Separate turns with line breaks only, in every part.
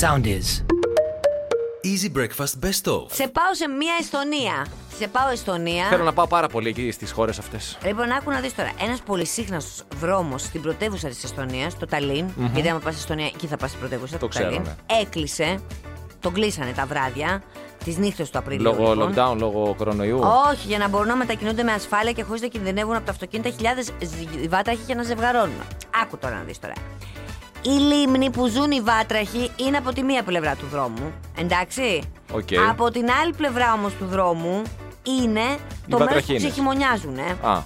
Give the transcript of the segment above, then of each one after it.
Sound is.
Easy breakfast best of.
Σε πάω σε μια Εστονία. Σε πάω Εστονία.
Θέλω να πάω πάρα πολύ εκεί στις χώρες αυτές.
Λοιπόν, άκου να δεις τώρα. Ένας πολυσύχναστο δρόμο στην πρωτεύουσα της Εστονίας, το ταλιν Γιατί άμα πας στην Εστονία, εκεί θα πας στην πρωτεύουσα.
Το ξέρω,
Ταλίν.
ναι.
Έκλεισε. Τον κλείσανε τα βράδια. Τις νύχτες του Απριλίου.
Λόγω
λοιπόν.
lockdown, λόγω κορονοϊού.
Όχι, για να μπορούν να μετακινούνται με ασφάλεια και χωρίς να κινδυνεύουν από τα αυτοκίνητα χιλιάδες βάτραχοι για να ζευγαρώνουν. Άκου τώρα να δεις τώρα. Η λίμνη που ζουν οι βάτραχοι είναι από τη μία πλευρά του δρόμου. Εντάξει.
Οκ.
Από την άλλη πλευρά όμως του δρόμου είναι το μέρος που
βατραχίνες.
ξεχειμονιάζουν. ε.
Α,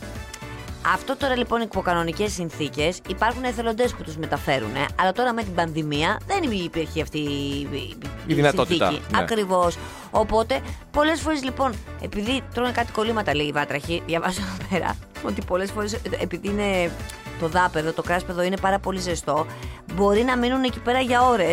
Αυτό τώρα λοιπόν υπό κανονικέ συνθήκες υπάρχουν εθελοντές που τους μεταφέρουν. ε, Αλλά τώρα με την πανδημία δεν υπήρχε αυτή η, η- η
δυνατότητα,
Συνθήκη.
ναι.
Ακριβώς. Οπότε πολλές φορές λοιπόν, επειδή τρώνε κάτι κολλήματα, λέει η βάτραχη, διαβάζω εδώ πέρα, ότι πολλές φορές επειδή είναι το δάπεδο, το κράσπεδο είναι πάρα πολύ ζεστό, μπορεί να μείνουν εκεί πέρα για ώρες.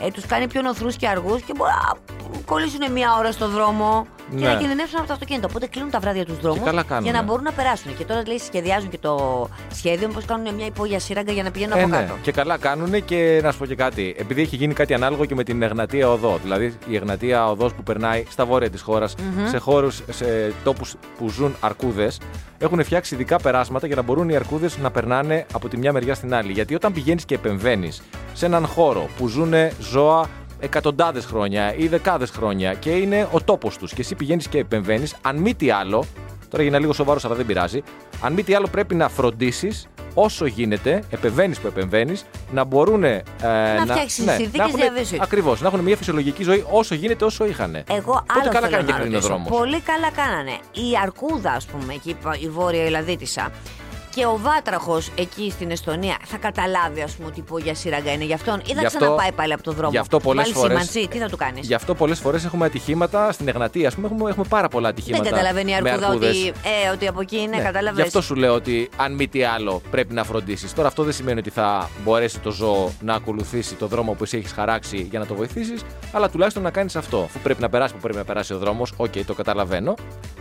Ε, τους κάνει πιο νοθρούς και αργούς και μπορεί να κολλήσουν μία ώρα στο δρόμο και
Ναι.
να κινδυνεύσουν από το αυτοκίνητο. Οπότε κλείνουν τα βράδια τους δρόμους
καλά κάνουν,
για να
ναι.
μπορούν να περάσουν. Και τώρα λέει σχεδιάζουν και το σχέδιο, πώ κάνουν μια υπόγεια σύραγγα για να πηγαίνουν
ε,
από
ναι.
κάτω.
Και καλά κάνουν και να σου πω και κάτι. Επειδή έχει γίνει κάτι ανάλογο και με την Εγνατία Οδό. Δηλαδή η Εγνατία Οδός που περνάει στα βόρεια της χωρα σε χώρους, σε τόπους που ζουν αρκούδες, έχουν φτιάξει ειδικά περάσματα για να μπορούν οι αρκούδες να περνάνε από τη μια μεριά στην άλλη. Γιατί όταν πηγαίνεις και επεμβαίνεις σε έναν χώρο που ζουν ζώα εκατοντάδες χρόνια ή δεκάδες χρόνια και είναι ο τόπος τους και εσύ πηγαίνεις και επεμβαίνεις, αν μη τι άλλο, Τώρα γίνα λίγο σοβαρός, αλλά δεν πειράζει. Αν μη τι άλλο, πρέπει να φροντίσεις όσο γίνεται, επεμβαίνεις που επεμβαίνεις, να μπορούν. Ε, να
φτιάξεις συνθήκες διαβίωσης.
Ακριβώς, να έχουν μια φυσιολογική ζωή όσο γίνεται όσο είχαν.
Εγώ
Οπότε
άλλο
καλά
θέλω
κάνει και
να
κλείνει ο
ρωτήσω.
δρόμος.
Πολύ καλά κάνανε. Η Αρκούδα, ας πούμε, εκεί πα- η Βόρεια Ελλαδίτησα. Και ο Βάτραχος εκεί στην Εστονία θα καταλάβει, ας πούμε, ότι η υπόγεια σύραγγα είναι για αυτόν ή θα
Γι' αυτό-
ξαναπάει πάλι από τον δρόμο.
γι' αυτό πολλές
Βάλει
φορές-
σήμανση, τι θα του κάνεις.
Γι' αυτό πολλές φορές έχουμε ατυχήματα στην Εγνατία, ας πούμε, έχουμε, έχουμε πάρα πολλά ατυχήματα.
Δεν καταλαβαίνει η
με
Αρκούδα
αρκούδες.
ότι, ε, ότι από εκεί είναι,
Ναι.
κατάλαβε.
Γι' αυτό σου λέω ότι αν μη τι άλλο πρέπει να φροντίσεις. Τώρα αυτό δεν σημαίνει ότι θα μπορέσει το ζώο να ακολουθήσει το δρόμο που εσύ έχεις χαράξει για να το βοηθήσεις, αλλά τουλάχιστον να κάνεις αυτό. Αφού πρέπει να περάσει που πρέπει να περάσει ο δρόμος, οκ, το καταλαβαίνω.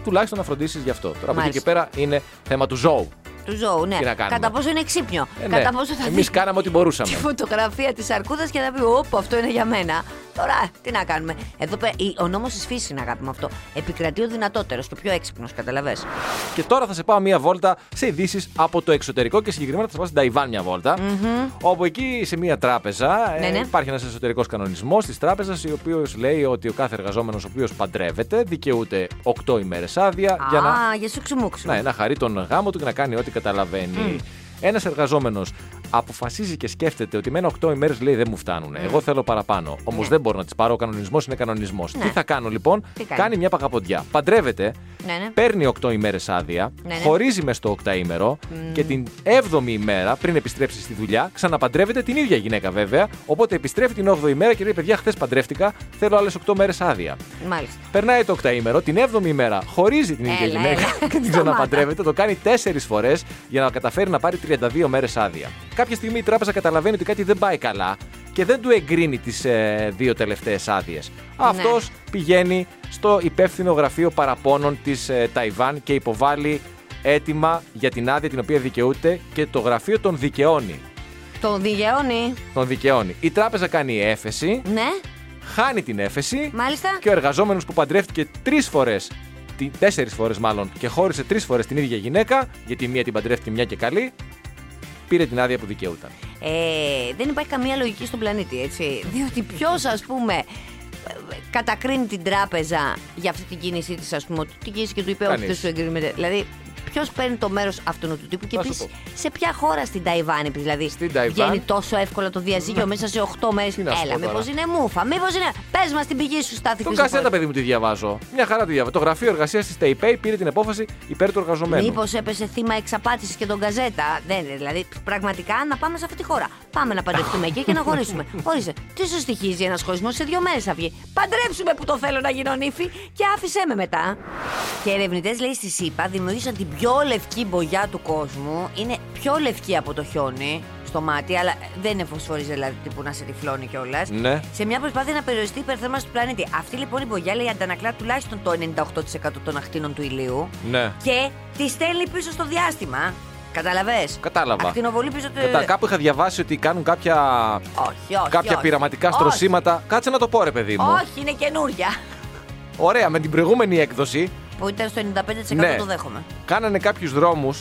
Τουλάχιστον να φροντίσεις γι' αυτό. Τώρα από εκεί
Μάλιστα.
και πέρα είναι θέμα του ζώου.
του ζώου, ναι.
Τι να κάνουμε.
Κατά πόσο είναι ξύπνιο.
Ε, ναι.
Κατά πόσο θα
Εμείς
δει
κάναμε ό,τι μπορούσαμε.
Τη φωτογραφία της αρκούδας και θα πει: Ωπ, αυτό είναι για μένα. Τώρα τι να κάνουμε. Εδώ πέρα, η- ο νόμος της φύσης είναι αγάπη μου αυτό. Επικρατεί ο δυνατότερος και ο πιο έξυπνος, καταλαβέ.
Και τώρα θα σε πάω μία βόλτα σε ειδήσεις από το εξωτερικό και συγκεκριμένα θα σε πάω στην Ταϊβάν μία βόλτα, Όπου εκεί σε μία τράπεζα ε,
Ναι, ναι.
υπάρχει ένας εσωτερικός κανονισμός της τράπεζας, ο οποίος λέει ότι ο κάθε εργαζόμενος ο οποίος παντρεύεται δικαιούται 8 ημέρες άδεια για να
Α, για σου ξυμούξου.
Ναι, να χαρεί τον γάμο του και να κάνει ό,τι καταλαβαίνει. Ένας εργαζόμενος αποφασίζει και σκέφτεται ότι με ένα 8 ημέρες λέει δεν μου φτάνουν.
Ναι.
Εγώ θέλω παραπάνω. Όμως δεν μπορώ να τις πάρω. Ο κανονισμός είναι κανονισμός.
Ναι.
Τι θα κάνω λοιπόν,
Τι κάνει?
κάνει μια παγαποντιά. Παντρεύεται,
Ναι, ναι.
παίρνει 8 ημέρες άδεια,
Ναι, ναι.
χωρίζει μες στο 8 ημέρο και την 7η ημέρα πριν επιστρέψει στη δουλειά ξαναπαντρεύεται την ίδια γυναίκα βέβαια. Οπότε επιστρέφει την 8η ημέρα και λέει: Παιδιά, χθες παντρεύτηκα, θέλω άλλες 8 μέρες άδεια.
Μάλιστα.
Περνάει το 8ήμερο, την 7η μέρα χωρίζει την ίδια
Έλα,
γυναίκα
έλα.
και την ξαναπαντρεύεται. Το κάνει 4 φορές για να καταφέρει να πάρει 32 μέρες άδεια. Κάποια στιγμή η τράπεζα καταλαβαίνει ότι κάτι δεν πάει καλά και δεν του εγκρίνει τις ε, δύο τελευταίες άδειες.
Ναι.
Αυτός πηγαίνει στο υπεύθυνο γραφείο παραπώνων της ε, Ταϊβάν και υποβάλλει αίτημα για την άδεια την οποία δικαιούται και το γραφείο τον δικαιώνει.
Το διγεώνει.
Τον δικαιώνει. Η τράπεζα κάνει έφεση,
Ναι,
χάνει την έφεση.
μάλιστα.
Και ο εργαζόμενος που παντρεύτηκε τρεις φορές, τέσσερις φορές μάλλον, και χώρισε τρεις φορές την ίδια γυναίκα, γιατί μία την παντρεύτηκε μια και καλή, πήρε την άδεια που δικαιούταν.
Ε, δεν υπάρχει καμία λογική στον πλανήτη, έτσι. Διότι ποιος, ας πούμε, ε, κατακρίνει την τράπεζα για αυτή την κίνησή της, ας πούμε, ότι την κίνηση και του είπε ότι
Κανείς.
δεν σου εγκρίνεται. Δηλαδή, ποιος παίρνει το μέρος αυτού του τύπου και
Θα σου
επίση σε ποια χώρα στην Ταϊβάν, είπες, δηλαδή.
Στην Ταϊβάν. Ναι.
Βγαίνει τόσο εύκολα το διαζύγιο μέσα σε 8 μέρε.
να σου
Έλα,
πω
μήπω
τώρα.
είναι μούφα, μήπω είναι. Πες μας την πηγή σου, Στάθη.
Το
πίσω
κασέτα,
από-
παιδί μου, τη διαβάζω. Μια χαρά τη διαβάζω. Το γραφείο εργασίας της ΤΕΙΠΕΙ πήρε την απόφαση υπέρ του εργαζομένου.
Μήπως έπεσε θύμα εξαπάτησης και τον καζέτα. Δεν είναι. Δηλαδή, πραγματικά να πάμε σε αυτή τη χώρα. Πάμε να παντρευτούμε εκεί και να χωρίσουμε. Ορίστε, τι σου στοιχίζει ένας χωρισμό σε δύο μέρες θα βγει. Παντρέψουμε που το θέλω να γίνω νύφη και άφησέ με μετά. Και ερευνητές λέει στη ΣΥΠΑ δημιούργησαν την πιο λευκή μπογιά του κόσμου. Είναι πιο λευκή από το χιόνι στο μάτι, αλλά δεν είναι φωσφορίζει δηλαδή που να σε τυφλώνει κιόλας.
Ναι.
Σε μια προσπάθεια να περιοριστεί η υπερθέρμανση του πλανήτη. Αυτή λοιπόν η μπογιά λέει αντανακλά τουλάχιστον το 98% των ακτίνων του ηλίου
Ναι.
και τη στέλνει πίσω στο διάστημα. Καταλαβέ.
Κατάλαβα.
Ακτινοβολή πίσω. τε-
Κατά, κάπου είχα διαβάσει ότι κάνουν κάποια,
Ε. Όχι, όχι.
κάποια
όχι.
πειραματικά στρωσίματα. Κάτσε να το πω, ρε παιδί μου.
Όχι, όχι είναι καινούρια.
Ωραία, με την προηγούμενη έκδοση
Που ήταν στο 95%
Ναι.
το δέχομαι.
κάνανε κάποιους δρόμους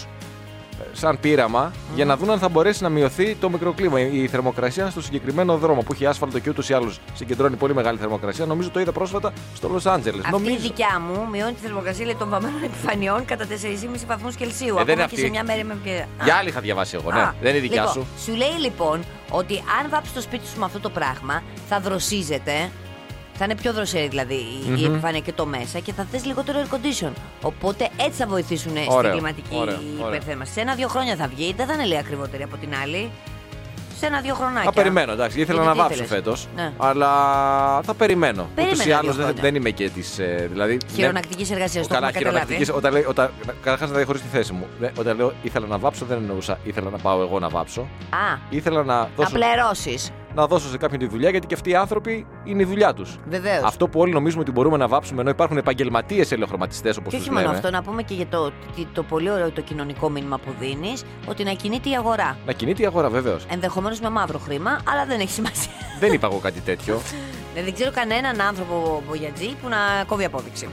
σαν πείραμα για να δουν αν θα μπορέσει να μειωθεί το μικροκλίμα. Η η θερμοκρασία στο συγκεκριμένο δρόμο που έχει άσφαλτο και ούτως ή άλλως συγκεντρώνει πολύ μεγάλη θερμοκρασία. Νομίζω το είδα πρόσφατα στο Λος Άντζελες.
Αυτή η δικιά μου μειώνει τη θερμοκρασία λέει, των βαμμένων επιφανειών κατά 4,5 βαθμούς Κελσίου.
Ε,
Ακόμα
δεν είναι
και
αυτή.
σε μια μέρη με ευκαιρία. Α.
Για άλλη είχα διαβάσει εγώ, ναι.
Α,
Δεν είναι δικιά
λοιπόν,
σου.
Σου λέει λοιπόν ότι αν βάψεις το σπίτι σου με αυτό το πράγμα, θα δροσίζεται. Θα είναι πιο δροσερή δηλαδή η- η επιφάνεια και το μέσα και θα θες λιγότερο air condition. Οπότε έτσι θα βοηθήσουν στην
Ωραίο,
κλιματική
ωραίο, ωραίο.
υπερθέρμανση. Σε ένα-δύο χρόνια θα βγει, δεν θα είναι λέει ακριβότερη από την άλλη. Σε ένα-δύο χρονάκια.
Θα περιμένω, εντάξει. Ήθελα
Γιατί
να
τι
βάψω
ήθελες?
φέτος.
Ναι.
Αλλά θα περιμένω.
Περίμενα
Ούτως ή
δύο
άλλως δεν,
χρόνια.
δεν είμαι και της. Δηλαδή, ναι,
Χειρονακτικής εργασίας, το
Καλά,
έχουμε καταλάβει.
χειρονακτικής. Όταν, λέω- όταν, καταρχάς να διαχωρίσω τη θέση μου. Ε, Όταν λέω ήθελα να βάψω, δεν εννοούσα ήθελα να πάω εγώ να βάψω.
Α,
Ήθελα να
θα
δώσω,
πληρώσεις.
να δώσω σε κάποιον τη δουλειά γιατί και αυτοί οι άνθρωποι είναι η δουλειά τους.
Βεβαίως.
Αυτό που όλοι νομίζουμε ότι μπορούμε να βάψουμε ενώ υπάρχουν επαγγελματίες ελαιοχρωματιστέ όπως
Και
τους
όχι μόνο
λέμε.
αυτό, να πούμε και για το, τι- το πολύ ωραίο το κοινωνικό μήνυμα που δίνεις, ότι να κινείται η αγορά.
Να κινείται η αγορά, βεβαίως.
Ενδεχομένως με μαύρο χρήμα, αλλά δεν έχει σημασία.
δεν είπα εγώ κάτι τέτοιο.
Δηλαδή, δεν ξέρω κανέναν άνθρωπο μπογιατζή που να κόβει απόδειξη.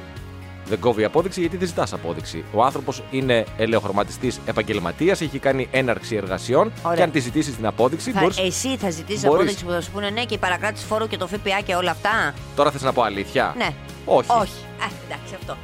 Δεν κόβει απόδειξη γιατί δεν ζητάς απόδειξη. Ο άνθρωπος είναι ελαιοχρωματιστής επαγγελματίας, έχει κάνει έναρξη εργασιών
Ωραία.
και αν τη ζητήσεις την απόδειξη.
Θα, ε-
Μπορείς...
Εσύ θα ζητήσεις
μπορείς.
απόδειξη που θα σου πούνε ναι και η παρακράτηση φόρου και το ΦΠΑ και όλα αυτά.
Τώρα θες να πω αλήθεια.
Ναι.
Όχι.
Όχι. Α, εντάξει, αυτό.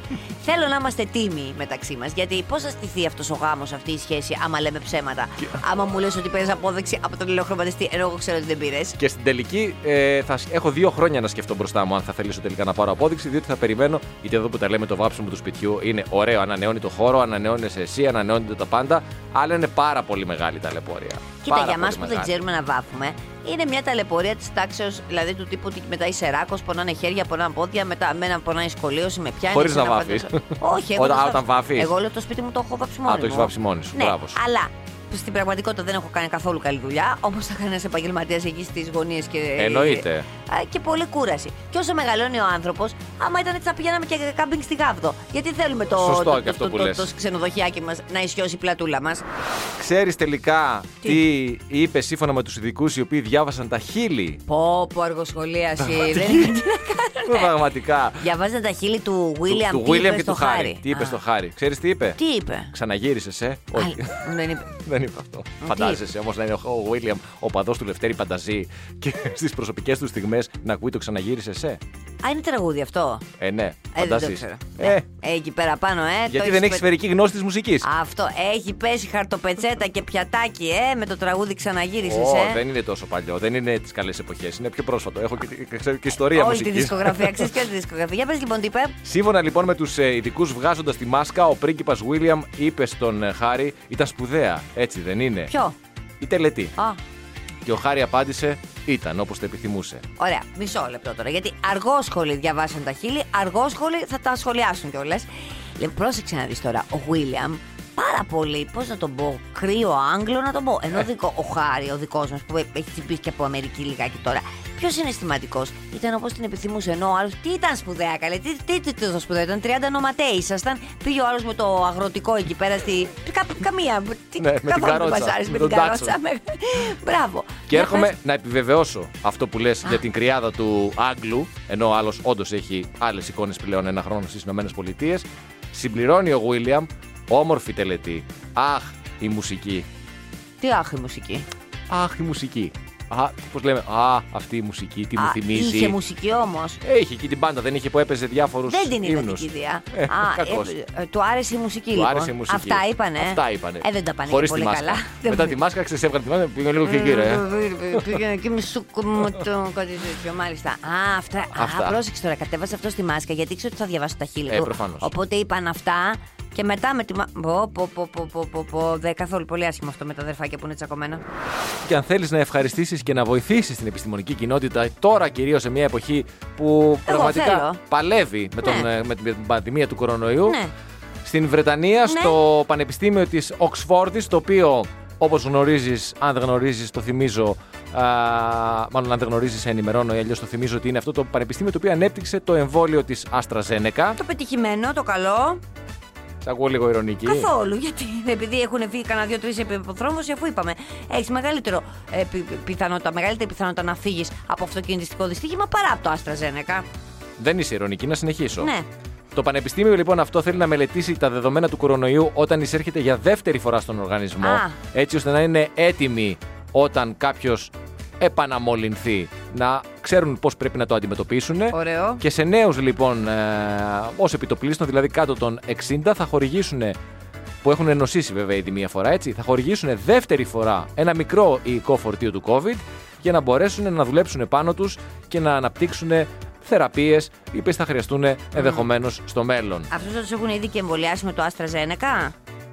Θέλω να είμαστε τίμοι μεταξύ μας. Γιατί πώς θα στηθεί αυτός ο γάμος, αυτή η σχέση, άμα λέμε ψέματα. άμα μου λες ότι παίρνει απόδειξη από τον ελαιοχρωματιστή, ενώ εγώ ξέρω ότι δεν πήρες.
Και στην τελική ε, θα σ- έχω δύο χρόνια να σκεφτώ μπροστά μου αν θα θελήσω τελικά να πάρω απόδειξη, διότι θα περιμένω. Γιατί εδώ που τα λέμε το βάψιμο του σπιτιού είναι ωραίο, ανανεώνει το χώρο, ανανεώνεσαι εσύ, ανανεώνεται τα πάντα, αλλά είναι πάρα πολύ μεγάλη η ταλαιπωρία.
Κοίτα,
Πάρα
για εμά
πολύ
που δεν
μεγάλη.
ξέρουμε να βάφουμε, είναι μια ταλαιπωρία της τάξεως, δηλαδή του τύπου ότι μετά είσαι ράκο, πονάνε χέρια, πονάνε πόδια, μετά μένα πονάει σκολίωση, με πιάνει.
Χωρίς
εσένα
να βάφεις.
πάντα- Όχι, εγώ.
Όταν-
δεν
α, όταν βάφεις.
Εγώ λέω το σπίτι μου το έχω βάψει μόνο.
το έχεις βάψει μόνη σου,
Ναι,
μπράβο σου.
αλλά στην πραγματικότητα δεν έχω κάνει καθόλου καλή δουλειά. Όμως θα κάνει επαγγελματία εκεί στις γωνίες και.
Εννοείται.
Α, Και πολλή κούραση. Και όσο μεγαλώνει ο άνθρωπος, άμα ήταν έτσι θα πηγαίναμε και κάμπινγκ στη Γάβδο. Γιατί θέλουμε το,
Σωστό
το,
και
το,
αυτό
το,
που
το-
λες.
το ξενοδοχιάκι μας να ισιώσει η πλατούλα μας.
Ξέρεις τελικά
Τι?
τι, είπες σύμφωνα με τους ειδικούς οι οποίοι διάβασαν τα χείλη.
Πω, πω, αργοσχολίαση. δεν είναι
Πραγματικά.
Διαβάζετε τα χείλη του Βίλιαμ
του, του
τι είπες
William και
στο
του Χάρη. Τι είπες
Α,
στο Χάρη. Ξέρεις τι είπε.
Τι είπε.
Ξαναγύρισες, ε. Όχι.
Α, δεν είπε.
Δεν είπα αυτό. Φαντάζεσαι όμως να είναι ο Βίλιαμ ο παδός του Λευτέρη Πανταζή και στις προσωπικές του στιγμές να ακούει το ξαναγύρισε σε.
Α, είναι τραγούδι αυτό.
Ε, ναι,
Ε, δεν το
φαντάζεις.
ξέρω.
Ε,
Ε, εκεί πέρα πάνω, ε. το
γιατί
έχεις
δεν έχεις
πε-
σφαιρική γνώση της μουσικής.
Αυτό. Έχει πέσει χαρτοπετσέτα και πιατάκι, ε. Με το τραγούδι ξαναγύρισες, ε.
δεν είναι τόσο παλιό. Δεν είναι τις καλές εποχές. Είναι πιο πρόσφατο. Έχω και, τη- ξέρω και ιστορία
Όλη τη
μουσικής.
δισκογραφία. Ξέρεις ποια τη δισκογραφία. Για πες λοιπόν τι είπε.
Σύμφωνα λοιπόν με τους ειδικούς, βγάζοντας τη μάσκα, ο πρίγκιπας Βίλιαμ είπε στον ε, Χάρη: Ήταν σπουδαία, έτσι δεν είναι.
Ποιο.
Η τελετή.
Α,
Και ο Χάρη απάντησε: Ήταν όπως το επιθυμούσε.
Ωραία, μισό λεπτό τώρα. Γιατί αργόσχολοι διαβάσαν τα χείλη, αργόσχολοι θα τα σχολιάσουν κιόλας. Λοιπόν, πρόσεξε να δεις τώρα. Ο Βίλιαμ, πάρα πολύ, πώς να τον πω, κρύο Άγγλο να τον πω.
Ε.
Ενώ δικό, ο Χάρη, ο δικός μας που έχει τσιμπήσει και από Αμερική λιγάκι τώρα, πιο συναισθηματικό. Ήταν όπως την επιθυμούσε. Ενώ ο άλλος, τι ήταν σπουδαία, καλέ, τι, τι, τι, τι ήταν σπουδαία, ήταν 30 νοματέοι ήσασταν. Πήγε ο άλλος με το αγροτικό εκεί πέρα στη. Κα, καμία. Τι,
Ναι, με
καθόλου
την
δεν
καρότσα,
μας άρεσε,
με
με την
τον τάξο.
καρότσα. με- Μπράβο.
Και
Για Ναι, πες.
έρχομαι να επιβεβαιώσω αυτό που λες για την κρυάδα του Άγγλου, ενώ ο άλλος όντως έχει άλλες εικόνες πλέον ένα χρόνο στις ΗΠΑ. Συμπληρώνει ο Βίλιαμ, όμορφη τελετή. Αχ, η μουσική.
Τι άχη μουσική.
Αχ, η μουσική. Α, πώς λέμε, Α, αυτή η μουσική, τι μου
Α,
θυμίζει.
Είχε μουσική όμως.
Ε, Είχε εκεί την πάντα, δεν είχε που έπαιζε διάφορους
Δεν την είδα την
ύμνους.
κηδεία.
Ε,
Α,
κακός.
ε, ε, του άρεσε η μουσική,
Του
λοιπόν.
άρεσε η μουσική.
Αυτά είπανε. ε.
Αυτά είπανε.
Ε, δεν τα πάνε
Χωρίς
και πολύ
τη μάσκα.
καλά.
Μετά τη μάσκα ξεσέβγαν τη μάσκα πήγαινε λίγο πιο γύρω. ε.
Πήγαινε και μισού κουμμωτό, κάτι τέτοιο, μάλιστα. Α, αυτά.
Αυτά.
Α, πρόσεξε τώρα, κατέβασε αυτός στη μάσκα γιατί ήξερε ότι θα διαβάσω τα χείλη
Ε,
του.
προφανώς.
Οπότε είπαν αυτά και μετά με τη μάσκα. Πω, πω, πω, πω, πω, πω, πω. Δε, καθόλου πολύ άσχημο αυτό με τα αδερφάκια που είναι τσακωμένα.
Και αν θέλεις να ευχαριστήσεις και να βοηθήσεις την επιστημονική κοινότητα, τώρα κυρίως σε μια εποχή που πραγματικά
θέλω.
παλεύει με, τον,
Ναι.
ε, με την πανδημία του κορονοϊού.
Ναι.
Στην Βρετανία, στο Πανεπιστήμιο της Οξφόρδη, το οποίο όπως γνωρίζεις, αν δεν γνωρίζεις, το θυμίζω. Α, μάλλον αν δεν γνωρίζεις, σε ενημερώνω ή αλλιώς το θυμίζω ότι είναι αυτό το πανεπιστήμιο το οποίο ανέπτυξε το εμβόλιο της AstraZeneca.
Το πετυχημένο, το καλό.
Σ' ακούω λίγο ηρωνική.
Καθόλου. Γιατί επειδή έχουν βγει κανένα δύο-τρει υποθρόμβωση, αφού είπαμε, έχεις μεγαλύτερο ε, πι- πι- πιθανότητα, μεγαλύτερη πιθανότητα να φύγεις από αυτοκινητιστικό δυστύχημα παρά από το Άστρα Ζένεκα.
Δεν είσαι ηρωνική, να συνεχίσω.
Ναι.
Το Πανεπιστήμιο λοιπόν αυτό θέλει να μελετήσει τα δεδομένα του κορονοϊού όταν εισέρχεται για δεύτερη φορά στον οργανισμό,
Α.
έτσι ώστε να είναι έτοιμοι όταν κάποιος επαναμολυνθεί, να ξέρουν πώς πρέπει να το αντιμετωπίσουν.
Ωραίο.
Και σε νέους λοιπόν, ε, ως επιτοπλίστων, δηλαδή κάτω των 60, θα χορηγήσουν, που έχουν νοσήσει βέβαια ήδη μία φορά έτσι, θα χορηγήσουν δεύτερη φορά ένα μικρό υλικό φορτίο του COVID για να μπορέσουν να δουλέψουν πάνω τους και να αναπτύξουν θεραπείες οι οποίες θα χρειαστούν ενδεχομένως στο μέλλον.
Αυτούς θα του έχουν ήδη και εμβολιάσει με το Άστρα Ζένεκα.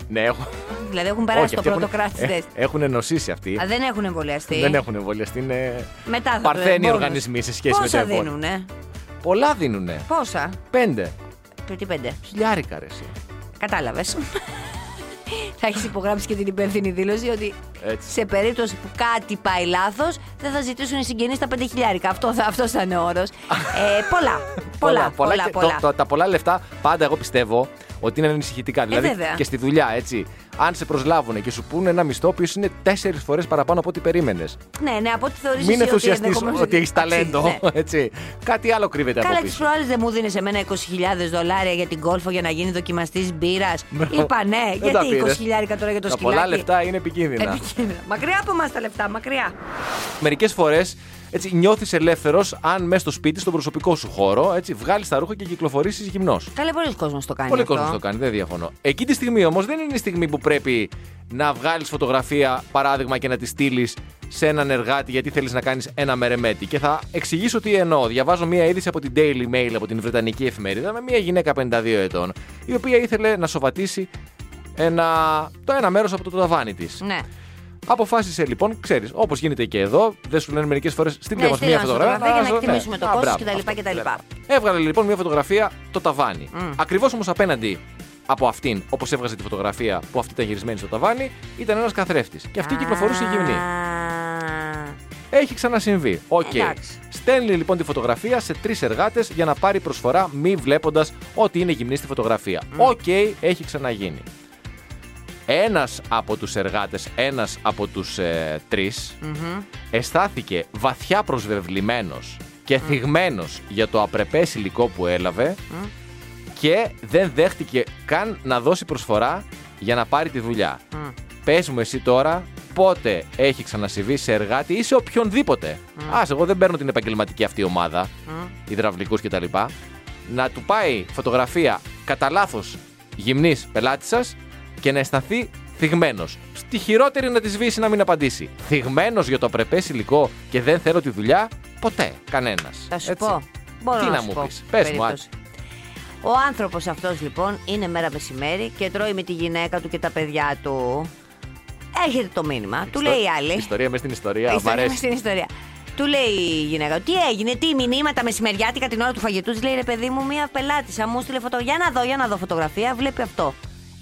Ναι, έχουν,
Δηλαδή έχουν περάσει το πρώτο κράτη
έχουν, ε,
τεστ.
έχουν νοσήσει αυτοί.
Α, δεν έχουν εμβολιαστεί.
Δεν έχουν εμβολιαστεί. Είναι...
Μετά θα το-
Παρθένοι
bonus.
οργανισμοί σε σχέση με
Πόσα
τα εμβόλια.
δίνουνε.
Πολλά δίνουνε.
Πόσα.
Πέντε.
Τι πέντε.
Χιλιάρικα ρε εσύ.
Κατάλαβες. θα έχεις υπογράψει και την υπεύθυνη δήλωση ότι
Έτσι.
σε περίπτωση που κάτι πάει λάθος, δεν θα ζητήσουν οι συγγενείς τα 5 χιλιάρικα. Αυτό θα, αυτός θα είναι ο όρος. ε, πολλά. Πολλά, πολλά,
και
πολλά.
το- το- τα πολλά λεφτά πάντα εγώ πιστεύω ότι είναι ανησυχητικά. δηλαδή
Ε, βέβαια.
και στη δουλειά, έτσι. Αν σε προσλάβουν και σου πούνε ένα μισθό που είναι τέσσερις φορές παραπάνω από ό,τι περίμενες.
Ναι, ναι, από ό,τι θεωρείς
Μην
εσύ ότι
ενθουσιαστεί
ενδεχομένως
ότι έχει
αξίζει,
ταλέντο.
ναι.
Έτσι. Κάτι άλλο κρύβεται
Καλά,
από
τι
πίσω.
προάλλες δεν μου δίνεις εμένα 20.000 δολάρια για την κόλφο για να γίνει δοκιμαστής μπύρας. Είπα ναι,
Δεν τα
γιατί
πήρες.
20.000 τώρα για το
Τα
σκυλάκι.
πολλά λεφτά είναι επικίνδυνα.
Επικίνδυνα. Μακριά από εμάς τα λεφτά, μακριά.
Μερικές φορές νιώθεις ελεύθερος αν μέσα στο σπίτι, στον προσωπικό σου χώρο, έτσι, βγάλεις τα ρούχα και κυκλοφορήσεις γυμνός.
Καλά, πολλοί κόσμος το κάνει.
Πολύ
αυτό.
κόσμος το κάνει, δεν διαφωνώ. Εκεί τη στιγμή όμως δεν είναι η στιγμή που πρέπει να βγάλεις φωτογραφία, παράδειγμα, και να τη στείλεις σε έναν εργάτη γιατί θέλεις να κάνεις ένα μερεμέτι. Και θα εξηγήσω τι εννοώ. Διαβάζω μία είδηση από την Daily Mail, από την Βρετανική εφημερίδα, με μία γυναίκα 52 ετών, η οποία ήθελε να σοβατήσει ένα, το ένα μέρος από το ταβάνι της.
Ναι.
Αποφάσισε λοιπόν, ξέρεις, όπως γίνεται και εδώ, δεν σου λένε μερικές φορές στην
Ναι,
πλήρω
στείλε
μια
μας
φωτογραφία.
φωτογραφία για να
σου- ναι.
εκτιμήσουμε το
Α,
κόστος
μπράβο,
κτλ,
αυτό,
κτλ.
μπράβο. Έβγαλε λοιπόν μια φωτογραφία το ταβάνι.
Μμμ.
Ακριβώς όμως απέναντι από αυτήν, όπως έβγαζε τη φωτογραφία που αυτή ήταν γυρισμένη στο ταβάνι, ήταν ένας καθρέφτης. Και αυτή κυκλοφορούσε γυμνή.
Α,
Έχει ξανασυμβεί. Οκ.
Εντάξει.
Στέλνει λοιπόν τη φωτογραφία σε τρεις εργάτες για να πάρει προσφορά, μη βλέποντας ότι είναι γυμνή στη φωτογραφία. Οκ, έχει ξαναγίνει. Ένας από τους εργάτες, ένας από τους ε, τρεις, αισθάθηκε βαθιά προσβεβλημένος και θυγμένος για το απρεπές υλικό που έλαβε και δεν δέχτηκε καν να δώσει προσφορά για να πάρει τη δουλειά. Πες μου εσύ τώρα πότε έχει ξανασυμβεί σε εργάτη ή σε οποιονδήποτε. Ας, εγώ δεν παίρνω την επαγγελματική αυτή ομάδα, υδραυλικούς κτλ. Να του πάει φωτογραφία κατά λάθος γυμνής πελάτης σας και να αισθανθεί θυγμένος. Στη χειρότερη να τη σβήσει να μην απαντήσει. Θυγμένος για το απρεπές υλικό και δεν θέλω τη δουλειά, ποτέ κανένας.
Θα σου
Έτσι.
πω. Μπορώ
Τι
να,
να
σου
μου
πω,
πεις. Πες μου,
περίπτωση. Ο άνθρωπος αυτός λοιπόν είναι μέρα μεσημέρι και τρώει με τη γυναίκα του και τα παιδιά του. Έρχεται το μήνυμα, του λέει η άλλη.
Ιστορία μες στην ιστορία.
Η
Μ'
ιστορία
αρέσει.
μες στην ιστορία. Του λέει η γυναίκα, τι έγινε, τι μηνύματα μεσημεριάτικα την ώρα του φαγητού. Της λέει ρε παιδί μου, μία πελάτησα μου στείλε φωτογραφία. Για να δω, για να δω φωτογραφία, βλέπει αυτό.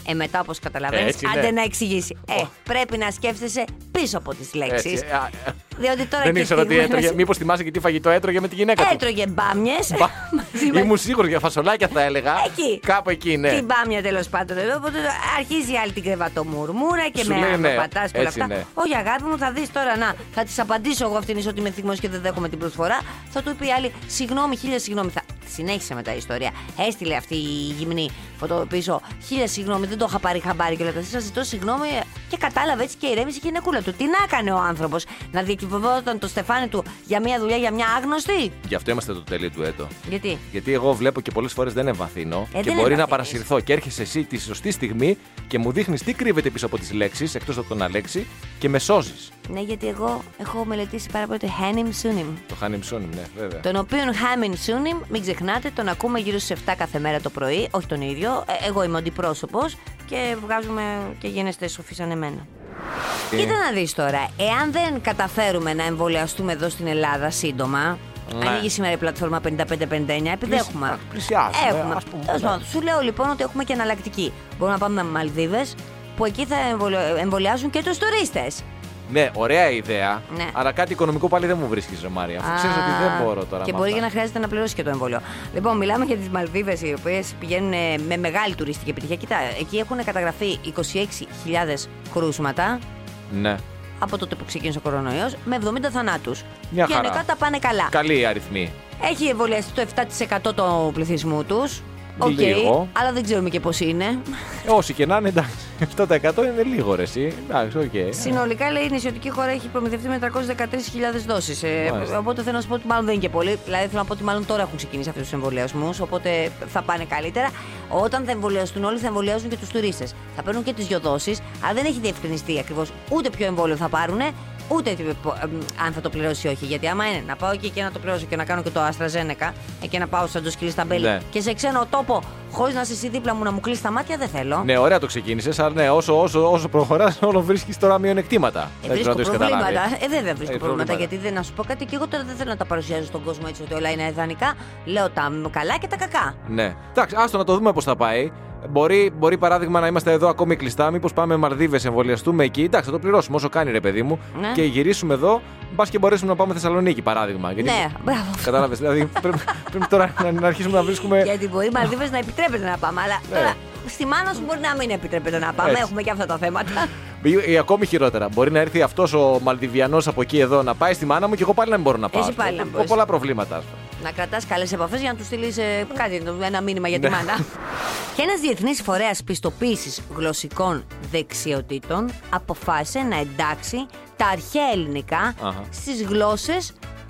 Ε, μετά όπως καταλαβαίνεις,
Έτσι, ναι.
άντε να εξηγήσει. Ε,
Ω.
πρέπει να σκέφτεσαι πίσω από τις λέξει.
Έτσι, α, α.
Διότι τώρα
Δεν
και
ήξερα τι
στιγμένες-
έτρωγε. Μήπως θυμάσαι και τι φαγητό έτρωγε με τη γυναίκα του.
Έτρωγε μπάμιες.
Μπα- Ήμουν σίγουρος για φασολάκια θα έλεγα.
Εκεί.
Κάπου εκεί, ναι.
Την μπάμια τέλος πάντων εδώ. Οπότε αρχίζει η άλλη την κρεβατομουρμούρα και
Σου
με
λέει, ναι,
αποπατά και όλα
έτσι,
αυτά.
ναι.
Όχι, αγάπη μου, θα δεις τώρα να. Θα της απαντήσω εγώ αυτήν ότι είμαι θυμό και δεν δέχομαι την προσφορά. Θα του πει η άλλη, συγγνώμη, χίλια συγγνώμη. Θα... Συνέχισε μετά η ιστορία. Έστειλε αυτή η γυμνή φωτο πίσω. Χίλια συγγνώμη, δεν το είχα πάρει χαμπάρι και όλα αυτά. Σας ζητώ συγγνώμη. Και κατάλαβε έτσι και ηρέμησε η γυναικούλα του. Τι να έκανε ο άνθρωπος, να διακυβευόταν το στεφάνι του για μια δουλειά για μια άγνωστη.
Γι' αυτό είμαστε το τέλειο του έτο.
Γιατί.
Γιατί εγώ βλέπω και πολλές φορές δεν εμβαθύνω
Ε, δεν
και μπορεί να
εμβαθύνεις.
παρασυρθώ. Και έρχεσαι εσύ τη σωστή στιγμή και μου δείχνεις τι κρύβεται πίσω από τις λέξεις, εκτός από τον Αλέξη, και με σώζεις.
Ναι, γιατί εγώ έχω μελετήσει πάρα πολύ το Χένιμ Σούνιμ.
Το Χάνιμ Σόνιμ, ναι, βέβαια.
Τον οποίον Χάμιν Σούνιμ, μην ξεχνάτε, τον ακούμε γύρω στις 7 κάθε μέρα το πρωί, όχι τον ίδιο. Ε, εγώ είμαι ο αντιπρόσωπος και βγάζουμε και γίνεστε σοφεί σαν εμένα.
Τι.
Κοίτα να δεις τώρα, εάν δεν καταφέρουμε να εμβολιαστούμε εδώ στην Ελλάδα σύντομα.
Ναι.
Ανοίγει σήμερα η πλατφόρμα 5559, επειδή
Πλησι-
έχουμε.
α, πλησιάζουμε,
Έχουμε.
ας πούμε,
Τέλος
ναι.
πάντων, Σου λέω λοιπόν ότι έχουμε και εναλλακτική. Μπορούμε να πάμε με Μαλδίβες, που εκεί θα εμβολιο- εμβολιάζουν και τους τουρίστες.
Ναι, ωραία ιδέα.
Ναι.
Αλλά κάτι οικονομικό πάλι δεν μου βρίσκει, ρε Μάρια. Αφού ξέρεις ότι δεν μπορώ τώρα.
Και
με
μπορεί
αυτά.
και να χρειάζεται να πληρώσει και το εμβόλιο. Λοιπόν, μιλάμε για τις Μαλδίβες, οι οποίες πηγαίνουν ε, με μεγάλη τουριστική επιτυχία. Κοιτά, εκεί έχουν καταγραφεί 26.000 κρούσματα
Ναι.
από τότε που ξεκίνησε ο κορονοϊός με 70 θανάτους.
Μια χαρά.
Γενικά τα πάνε καλά.
Καλή η αριθμή.
Έχει εμβολιαστεί το 7% του πληθυσμού τους. Οκ,
Λίγο.
αλλά δεν ξέρουμε και πώς είναι.
Όσοι και να είναι, εντάξει. 7% είναι λίγο, ρε, εσύ. Εντάξει, οκ.
Συνολικά λέει η νησιωτική χώρα έχει προμηθευτεί με 313.000 δόσει.
Μάλιστα.
Ε, οπότε θέλω να σου πω ότι μάλλον δεν είναι και πολύ. Δηλαδή θέλω να πω ότι μάλλον τώρα έχουν ξεκινήσει αυτούς τους εμβολιασμούς. Οπότε θα πάνε καλύτερα. Όταν θα εμβολιαστούν όλοι, θα εμβολιάζουν και τους τουρίστες. Θα παίρνουν και τις δύο δόσεις, αλλά δεν έχει διευκρινιστεί ακριβώς ούτε ποιο εμβόλιο θα πάρουν, ούτε τι- πο- εμ, αν θα το πληρώσει ή όχι. Γιατί άμα είναι να πάω εκεί και να το πληρώσω και να κάνω και το AstraZeneca ε, και να πάω σαν το σκυλί στα μπέλη
Ναι.
και σε ξένο τόπο χωρίς να είσαι εσύ δίπλα μου να μου κλείσεις τα μάτια, δεν θέλω.
Ναι, ωραία το ξεκίνησες, αλλά ναι, όσο, όσο, όσο προχωράς, όλο βρίσκεις τώρα μειονεκτήματα.
Ε,
ξέρω
βρίσκω
αν το έχεις
προβλήματα.
καταλάβει.
Ε, βέβαια βρίσκω προβλήματα.
Ε, προβλήματα.
Γιατί δεν να σου πω κάτι και εγώ τώρα δεν θέλω να τα παρουσιάζω στον κόσμο έτσι ότι όλα είναι ιδανικά. Λέω τα μ- καλά και τα κακά.
Ναι. Εντάξει, άστο να το δούμε πώς θα πάει. Μπορεί, μπορεί παράδειγμα να είμαστε εδώ ακόμη κλειστά. Μήπως πάμε Μαλδίβες, εμβολιαστούμε εκεί. Εντάξει, θα το πληρώσουμε όσο κάνει ρε παιδί μου.
Ναι.
Και γυρίσουμε εδώ, μπας και μπορέσουμε να πάμε Θεσσαλονίκη παράδειγμα. Γιατί-
Ναι, μπράβο.
Κατάλαβες. δηλαδή πρέπει, πρέπει τώρα να, να αρχίσουμε να βρίσκουμε.
Γιατί μπορεί οι Μαλδίβες να επιτρέπεται να πάμε. Αλλά
Ναι.
τώρα στη μάνα σου μπορεί να μην επιτρέπεται να πάμε.
Έτσι.
Έχουμε και αυτά τα θέματα.
ή, ή ακόμη χειρότερα. Μπορεί να έρθει αυτός ο Μαλδιβιανός από εκεί εδώ να πάει στη μάνα μου και εγώ πάλι να μην μπορώ να πάω.
Εσύ
ας πούμε.
πάλι να
Έχω
μπορείς.
Πολλά προβλήματα. ας πούμε.
να κρατάς καλές επαφές για να του στείλεις κάτι, ένα μήνυμα για τη
Ναι.
μάνα. Ναι. Και ένας διεθνής φορέας πιστοποίησης γλωσσικών δεξιοτήτων αποφάσισε να εντάξει τα αρχαία ελληνικά
Αχα.
στις γλώσσες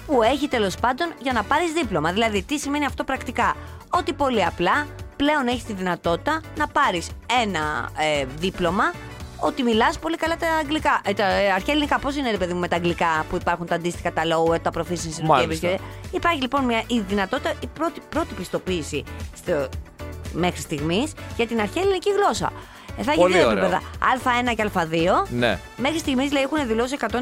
που έχει τέλος πάντων για να πάρεις δίπλωμα. Δηλαδή, τι σημαίνει αυτό πρακτικά. Ότι πολύ απλά πλέον έχεις τη δυνατότητα να πάρεις ένα ε, δίπλωμα ότι μιλάς πολύ καλά τα αγγλικά. Ε, τα ε, αρχαία ελληνικά, πώς είναι, ρε παιδί μου, με τα αγγλικά που υπάρχουν τα αντίστοιχα, τα lower, τα proficiency
Μάλιστα.
και- Υπάρχει λοιπόν μια, η δυνατότητα, η πρώτη, πρώτη πιστοποίηση στο, μέχρι στιγμής για την αρχαία ελληνική γλώσσα. Ε, θα έχει
Πολύ
δύο
ωραίο.
επίπεδα. Α1 και Α2.
Ναι.
Μέχρι στιγμής λέει έχουν δηλώσει 160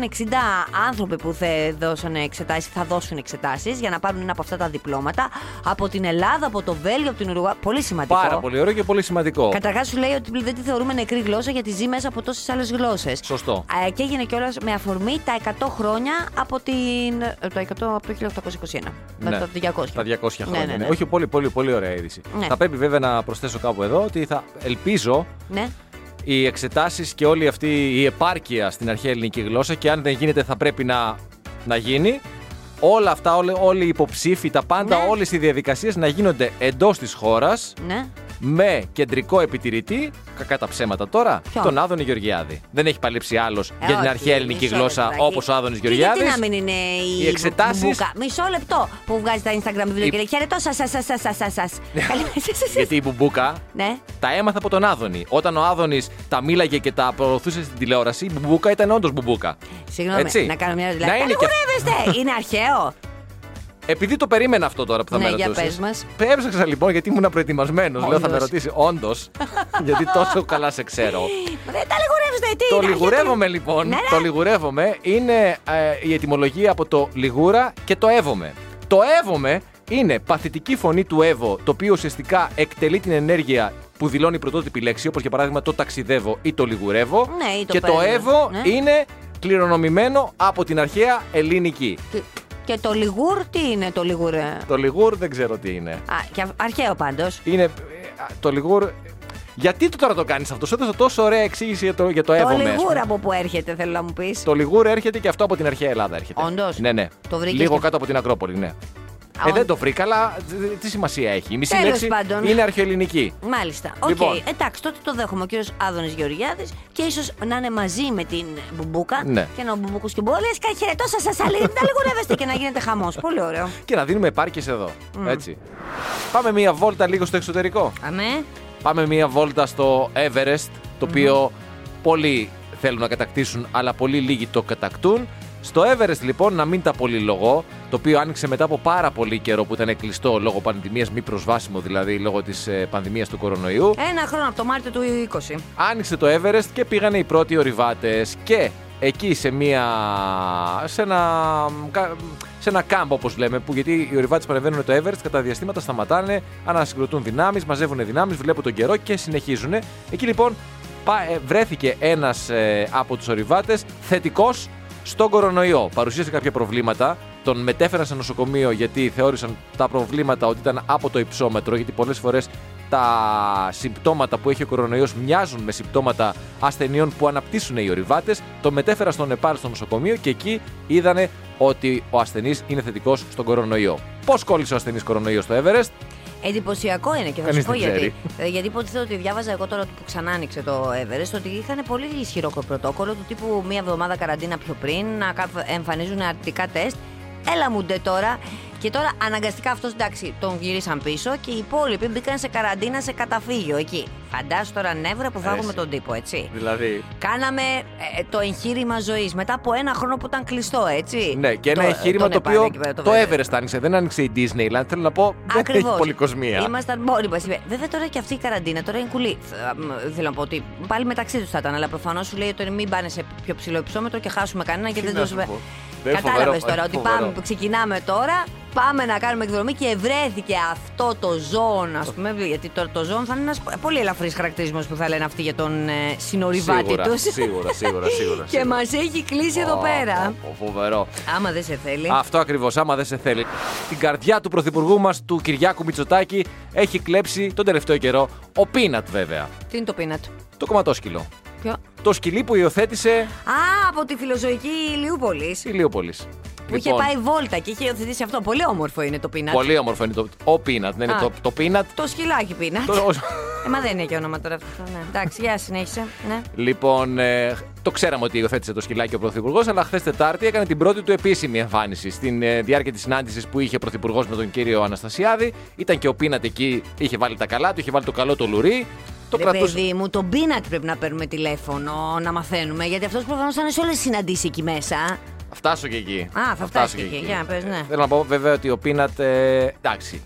άνθρωποι που θα δώσουν εξετάσεις, θα δώσουν εξετάσεις για να πάρουν ένα από αυτά τα διπλώματα από την Ελλάδα, από το Βέλγιο, από την Ουρουά. Πολύ σημαντικό.
Πάρα πολύ ωραίο και πολύ σημαντικό.
Καταρχάς σου λέει ότι δεν τη θεωρούμε νεκρή γλώσσα γιατί ζει μέσα από τόσες άλλες γλώσσες.
Σωστό.
Ε, Και έγινε κιόλας με αφορμή τα 100 χρόνια από, την... ε, το 100 από το 1821.
Ναι.
Τα 200.
Τα 200 χρόνια.
Ναι, ναι, ναι.
Όχι, πολύ, πολύ, πολύ ωραία είδηση.
Ναι.
Θα πρέπει βέβαια να προσθέσω κάπου εδώ ότι θα ελπίζω
Ναι.
οι εξετάσεις και όλη αυτή η επάρκεια στην αρχαία ελληνική γλώσσα και αν δεν γίνεται θα πρέπει να, να γίνει. Όλα αυτά, όλοι, όλοι οι υποψήφοι, τα πάντα,
Ναι.
όλες οι διαδικασίες να γίνονται εντός της χώρας
ναι.
με κεντρικό επιτηρητή, κακά τα ψέματα τώρα,
Ποιον?
τον Άδωνη Γεωργιάδη. Δεν δεν έχει παλέψει άλλος
Ε,
για την
όχι,
αρχαία ελληνική
μισό
γλώσσα
λεπτάκι.
όπως ο Άδωνης
Και
Γεωργιάδης.
Γιατί να μην είναι η
Οι εξετάσεις-
μπουκα. Μισό λεπτό που βγάζει τα Instagram βίντεο
Η-
και λέει Χαιρετώ σας, σας, σας, σας, σας. σας». Καλημέρα σας.
Γιατί η Μπουμπούκα
Ναι.
τα έμαθα από τον Άδωνη. Όταν ο Άδωνης τα μίλαγε και τα προωθούσε στην τηλεόραση, η Μπουμπούκα ήταν όντως Μπουμπούκα.
Συγγνώμη,
Έτσι.
να κάνω μια
Να
δηλαδή.
είναι και-
Καλογουρεύεστε! είναι αρχαίο.
Επειδή το περίμενα αυτό τώρα που θα
Ναι,
με
για
ρωτήσεις.
πες μας.
Έψαξα λοιπόν γιατί ήμουν προετοιμασμένο. Λέω θα με
Όντως.
ρωτήσει, όντως. γιατί τόσο καλά σε ξέρω.
Δεν τα λιγουρεύεστε, τι είναι,
το
αρχαίο,
λιγουρεύομαι λοιπόν.
Ναι, ναι.
Το λιγουρεύομαι είναι ε, η ετοιμολογία από το λιγούρα και το εύομαι. Το εύομαι είναι παθητική φωνή του εύω, το οποίο ουσιαστικά εκτελεί την ενέργεια που δηλώνει η πρωτότυπη λέξη, όπως για παράδειγμα το ταξιδεύω ή το λιγουρεύω.
Ναι, ή το
και το
παίρνω.
εύω
Ναι.
είναι κληρονομημένο από την αρχαία ελληνική.
Και- Και το λιγούρ, τι είναι το λιγούρ. ε?
Το λιγούρ δεν ξέρω τι είναι.
Α, και α- αρχαίο πάντως.
Είναι. ε, α, Το λιγούρ. ε, Γιατί το τώρα το κάνεις αυτό, σου έδωσα τόσο ωραία εξήγηση για το, για το
Το
εύομαι. ας
λιγούρ
πούμε.
από που έρχεται, θέλω να μου πεις.
Το λιγούρ έρχεται και αυτό από την αρχαία Ελλάδα έρχεται.
Όντως?
Ναι, ναι.
Το βρήκες
Λίγο
και-
κάτω από την Ακρόπολη, ναι. Ε,
όντως.
δεν το βρήκα, αλλά τι- τι σημασία έχει. Η μισή
Τέλος
λέξη
πάντων.
είναι αρχαιοελληνική.
Μάλιστα. Οκ.
Λοιπόν.
Εντάξει, τότε το δέχομαι ο κύριος Άδωνης Γεωργιάδης και ίσως να είναι μαζί με την Μπουμπούκα.
Ναι.
Και να ο Μπουμπούκος και μπορεί να χαιρετώ σας, σα αλήθεια. Τα λιγουρεύεστε και να γίνετε χαμός. Πολύ ωραίο.
Και να δίνουμε επάρκειες εδώ. Έτσι. Πάμε μία βόλτα λίγο στο εξωτερικό.
Αμέ.
Πάμε μία βόλτα στο Everest, το οποιο πολλοί θέλουν να κατακτήσουν, αλλά πολύ λίγοι το κατακτούν. Στο Everest λοιπόν, να μην τα πολυλογώ, το οποίο άνοιξε μετά από πάρα πολύ καιρό που ήταν κλειστό λόγω πανδημίας, μη προσβάσιμο δηλαδή λόγω της ε, πανδημίας του κορονοϊού.
Ένα χρόνο από το Μάρτιο του 20.
Άνοιξε το Everest και πήγανε οι πρώτοι ορειβάτες και εκεί σε μία... σε ένα, κα- σε ένα κάμπ όπως λέμε που γιατί οι ορειβάτες παρεμβαίνουν το Everest κατά διαστήματα σταματάνε, ανασυγκροτούν δυνάμεις, μαζεύουν δυνάμεις, βλέπουν τον καιρό και συνεχίζουν. Εκεί λοιπόν πα- ε, βρέθηκε ένας από τους ορειβάτες θετικός στον κορονοϊό. Παρουσίασε κάποια προβλήματα. Τον μετέφεραν σε νοσοκομείο γιατί θεώρησαν τα προβλήματα ότι ήταν από το υψόμετρο. Γιατί πολλές φορές τα συμπτώματα που έχει ο κορονοϊός μοιάζουν με συμπτώματα ασθενειών που αναπτύσσουν οι ορειβάτες. Το μετέφεραν στον ΕΠΑΡ στο νοσοκομείο και εκεί είδανε ότι ο ασθενής είναι θετικός στον κορονοϊό. Πώς κόλλησε ο ασθενής κορονοϊός στο Everest,
Εντυπωσιακό είναι και θα
Κανείς
σου πω
δεν
γιατί.
ξέρει.
Ε, Γιατί υποτίθεται ότι διάβαζα εγώ τώρα που ξανά άνοιξε το Everest ότι είχαν πολύ ισχυρό πρωτόκολλο του τύπου μία εβδομάδα καραντίνα πιο πριν να κα- εμφανίζουν αρνητικά τεστ. Έλα μου ντε τώρα. Και τώρα αναγκαστικά αυτός εντάξει τον γυρίσαν πίσω και οι υπόλοιποι μπήκαν σε καραντίνα σε καταφύγιο εκεί. Φαντάσου τώρα νεύρα που φάγουμε
Αρέσει.
τον τύπο, έτσι.
Δηλαδή.
Κάναμε ε, το εγχείρημα ζωής μετά από ένα χρόνο που ήταν κλειστό, έτσι.
Ναι, και ένα
Το-
εγχείρημα
τον
το
έπαιρνε
οποίο
εκεί πέρα,
το
Everest.
Everest άνοιξε, δεν άνοιξε η Disneyland. Θέλω να πω, δεν
Ακριβώς.
έχει πολυκοσμία.
Ήμασταν μόνοι μας. Βέβαια τώρα και αυτή η καραντίνα τώρα είναι κουλή. Θ- μ, Θέλω να πω ότι πάλι μεταξύ τους θα ήταν, αλλά προφανώς σου λέει ότι μην πάνε σε πιο ψηλό υψόμετρο και χάσουμε κανένα και
Τι
δεν
να σου
δώσουμε.
πω. Δεν
Κατάλαβε
φοβερό,
τώρα
ε,
ότι
φοβερό.
πάμε, ξεκινάμε τώρα, πάμε να κάνουμε εκδρομή και βρέθηκε αυτό το ζώο, ας πούμε. Γιατί τώρα το ζώο θα είναι ένας πολύ ελαφρύς χαρακτηρισμός που θα λένε αυτοί για τον ε, συνοριβάτη
Σίγουρα,
τους.
σίγουρα, σίγουρα, σίγουρα.
Και μας έχει κλείσει εδώ
Ω, ναι.
πέρα.
πω, πω, Φοβερό.
Άμα δεν σε θέλει.
Αυτό ακριβώς, άμα δεν σε θέλει. Την καρδιά του πρωθυπουργού μας, του Κυριάκου Μητσοτάκη, έχει κλέψει τον τελευταίο καιρό ο Πίνατ, βέβαια.
Τι είναι το πίνατ.
Το κομματόσκυλο.
Ποιο.
Το σκυλί που υιοθέτησε
Α, από τη φιλοζωική Ηλιούπολη.
η Λίοπολη.
Που είχε πάει βόλτα και είχε υιοθετήσει αυτό. Πολύ όμορφο είναι το πίνατ.
Λοιπόν. Πολύ όμορφο είναι το. Ο Πίνατ, ναι, είναι
Α.
το, το Πίνατ.
Το σκυλάκι πίνατ.
Το-
Ε, μα δεν είναι και όνομα τώρα αυτό. Ναι. Εντάξει, για συνέχισε. Ναι.
Λοιπόν, ε, το ξέραμε ότι υιοθέτησε το σκυλάκι ο Πρωθυπουργός, αλλά χθες Τετάρτη έκανε την πρώτη του επίσημη εμφάνιση. Στην ε, διάρκεια της συνάντησης που είχε ο Πρωθυπουργός με τον κύριο Αναστασιάδη, ήταν και ο Πίνατ εκεί, είχε βάλει τα καλά του, είχε βάλει το καλό το λουρί. Το
Ρε παιδί μου, τον πίνατ πρέπει να παίρνουμε τηλέφωνο, να μαθαίνουμε. Γιατί αυτός προφανώς θα είναι σε όλες τις συναντήσεις εκεί μέσα.
Θα φτάσω και εκεί.
θα φτάσεις και εκεί. Για, πες, ναι.
Ε, Θέλω να πω βέβαια ότι ο Πίνατ. ε, εντάξει.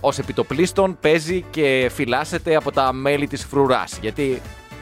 Ως επιτοπλίστων παίζει και φυλάσσεται από τα μέλη της φρουράς. Γιατί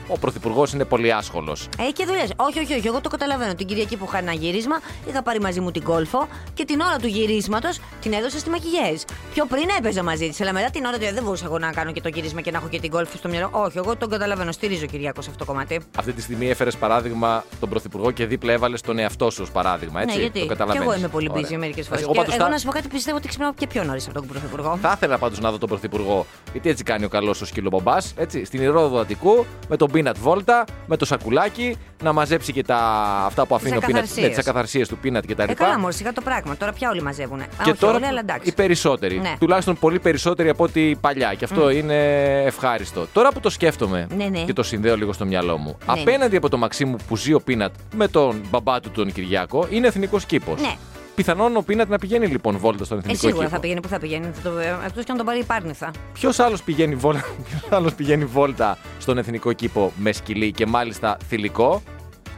ο Πρωθυπουργός είναι πολύ άσχολος.
Ε, και δουλειές. Όχι, όχι, όχι. Εγώ το καταλαβαίνω. Την Κυριακή που είχα ένα γύρισμα, είχα πάρει μαζί μου την κόλφο και την ώρα του γυρίσματος την έδωσα στη μακιγιές. Πιο πριν έπαιζα μαζί της, αλλά μετά την ώρα του ε, δεν μπορούσα εγώ να κάνω και το γύρισμα και να έχω και την κόλφο στο μυαλό. Όχι, εγώ τον καταλαβαίνω. Στηρίζω Κυριακό σε αυτό το κομμάτι.
Αυτή τη στιγμή έφερες παράδειγμα τον Πρωθυπουργό και δίπλα έβαλες τον εαυτό σου ως παράδειγμα. Έτσι,
ναι, γιατί
το
και
καταλαβαίνεις.
εγώ είμαι πολύ
Ωραία.
busy μερικές φορές.
Εγώ, πάντως,
Εγώ
θα-
να σου πω κάτι, πιστεύω ότι ξυπνάω και πιο νωρίς από τον Πρωθυπουργό.
Θα ήθελα πάντως να δω τον Πρωθυπουργό. Γιατί έτσι κάνει ο καλός ο σκύλο μπομπάς. Στην Ηρόδο Αττικού, με τον Πίνατ Βόλτα, με το σακουλάκι, να μαζέψει και τα αυτά που αφήνει ο Πίνατ.
ακαθαρσίες.
τις ακαθαρσίες του Πίνατ και τα
Ε,
λοιπά.
καλά, μόλις σιγά το πράγμα. Τώρα πια όλοι μαζεύουν. Και
και
όχι
τώρα
όλοι, αλλά εντάξει.
οι περισσότεροι.
Ναι.
Τουλάχιστον πολύ περισσότεροι από ό,τι παλιά. Και αυτό είναι ευχάριστο. Τώρα που το σκέφτομαι
Ναι, ναι.
και το συνδέω λίγο στο μυαλό μου.
Ναι, ναι.
απέναντι από το Μαξίμου που ζει ο Πίνατ με τον μπαμπά του τον Κυριάκο είναι εθνικός κήπος.
Ναι.
Πιθανόν ο Πίνατ να πηγαίνει λοιπόν βόλτα στον
Ε,
εθνικό
σίγουρα
κήπο.
θα πηγαίνει που θα πηγαίνει. Θα το... Εκτό και αν τον πάρει η Πάρνηθα.
Ποιος άλλος πηγαίνει, βόλ... ποιος άλλος πηγαίνει βόλτα στον εθνικό κήπο με σκυλί και μάλιστα θηλυκό.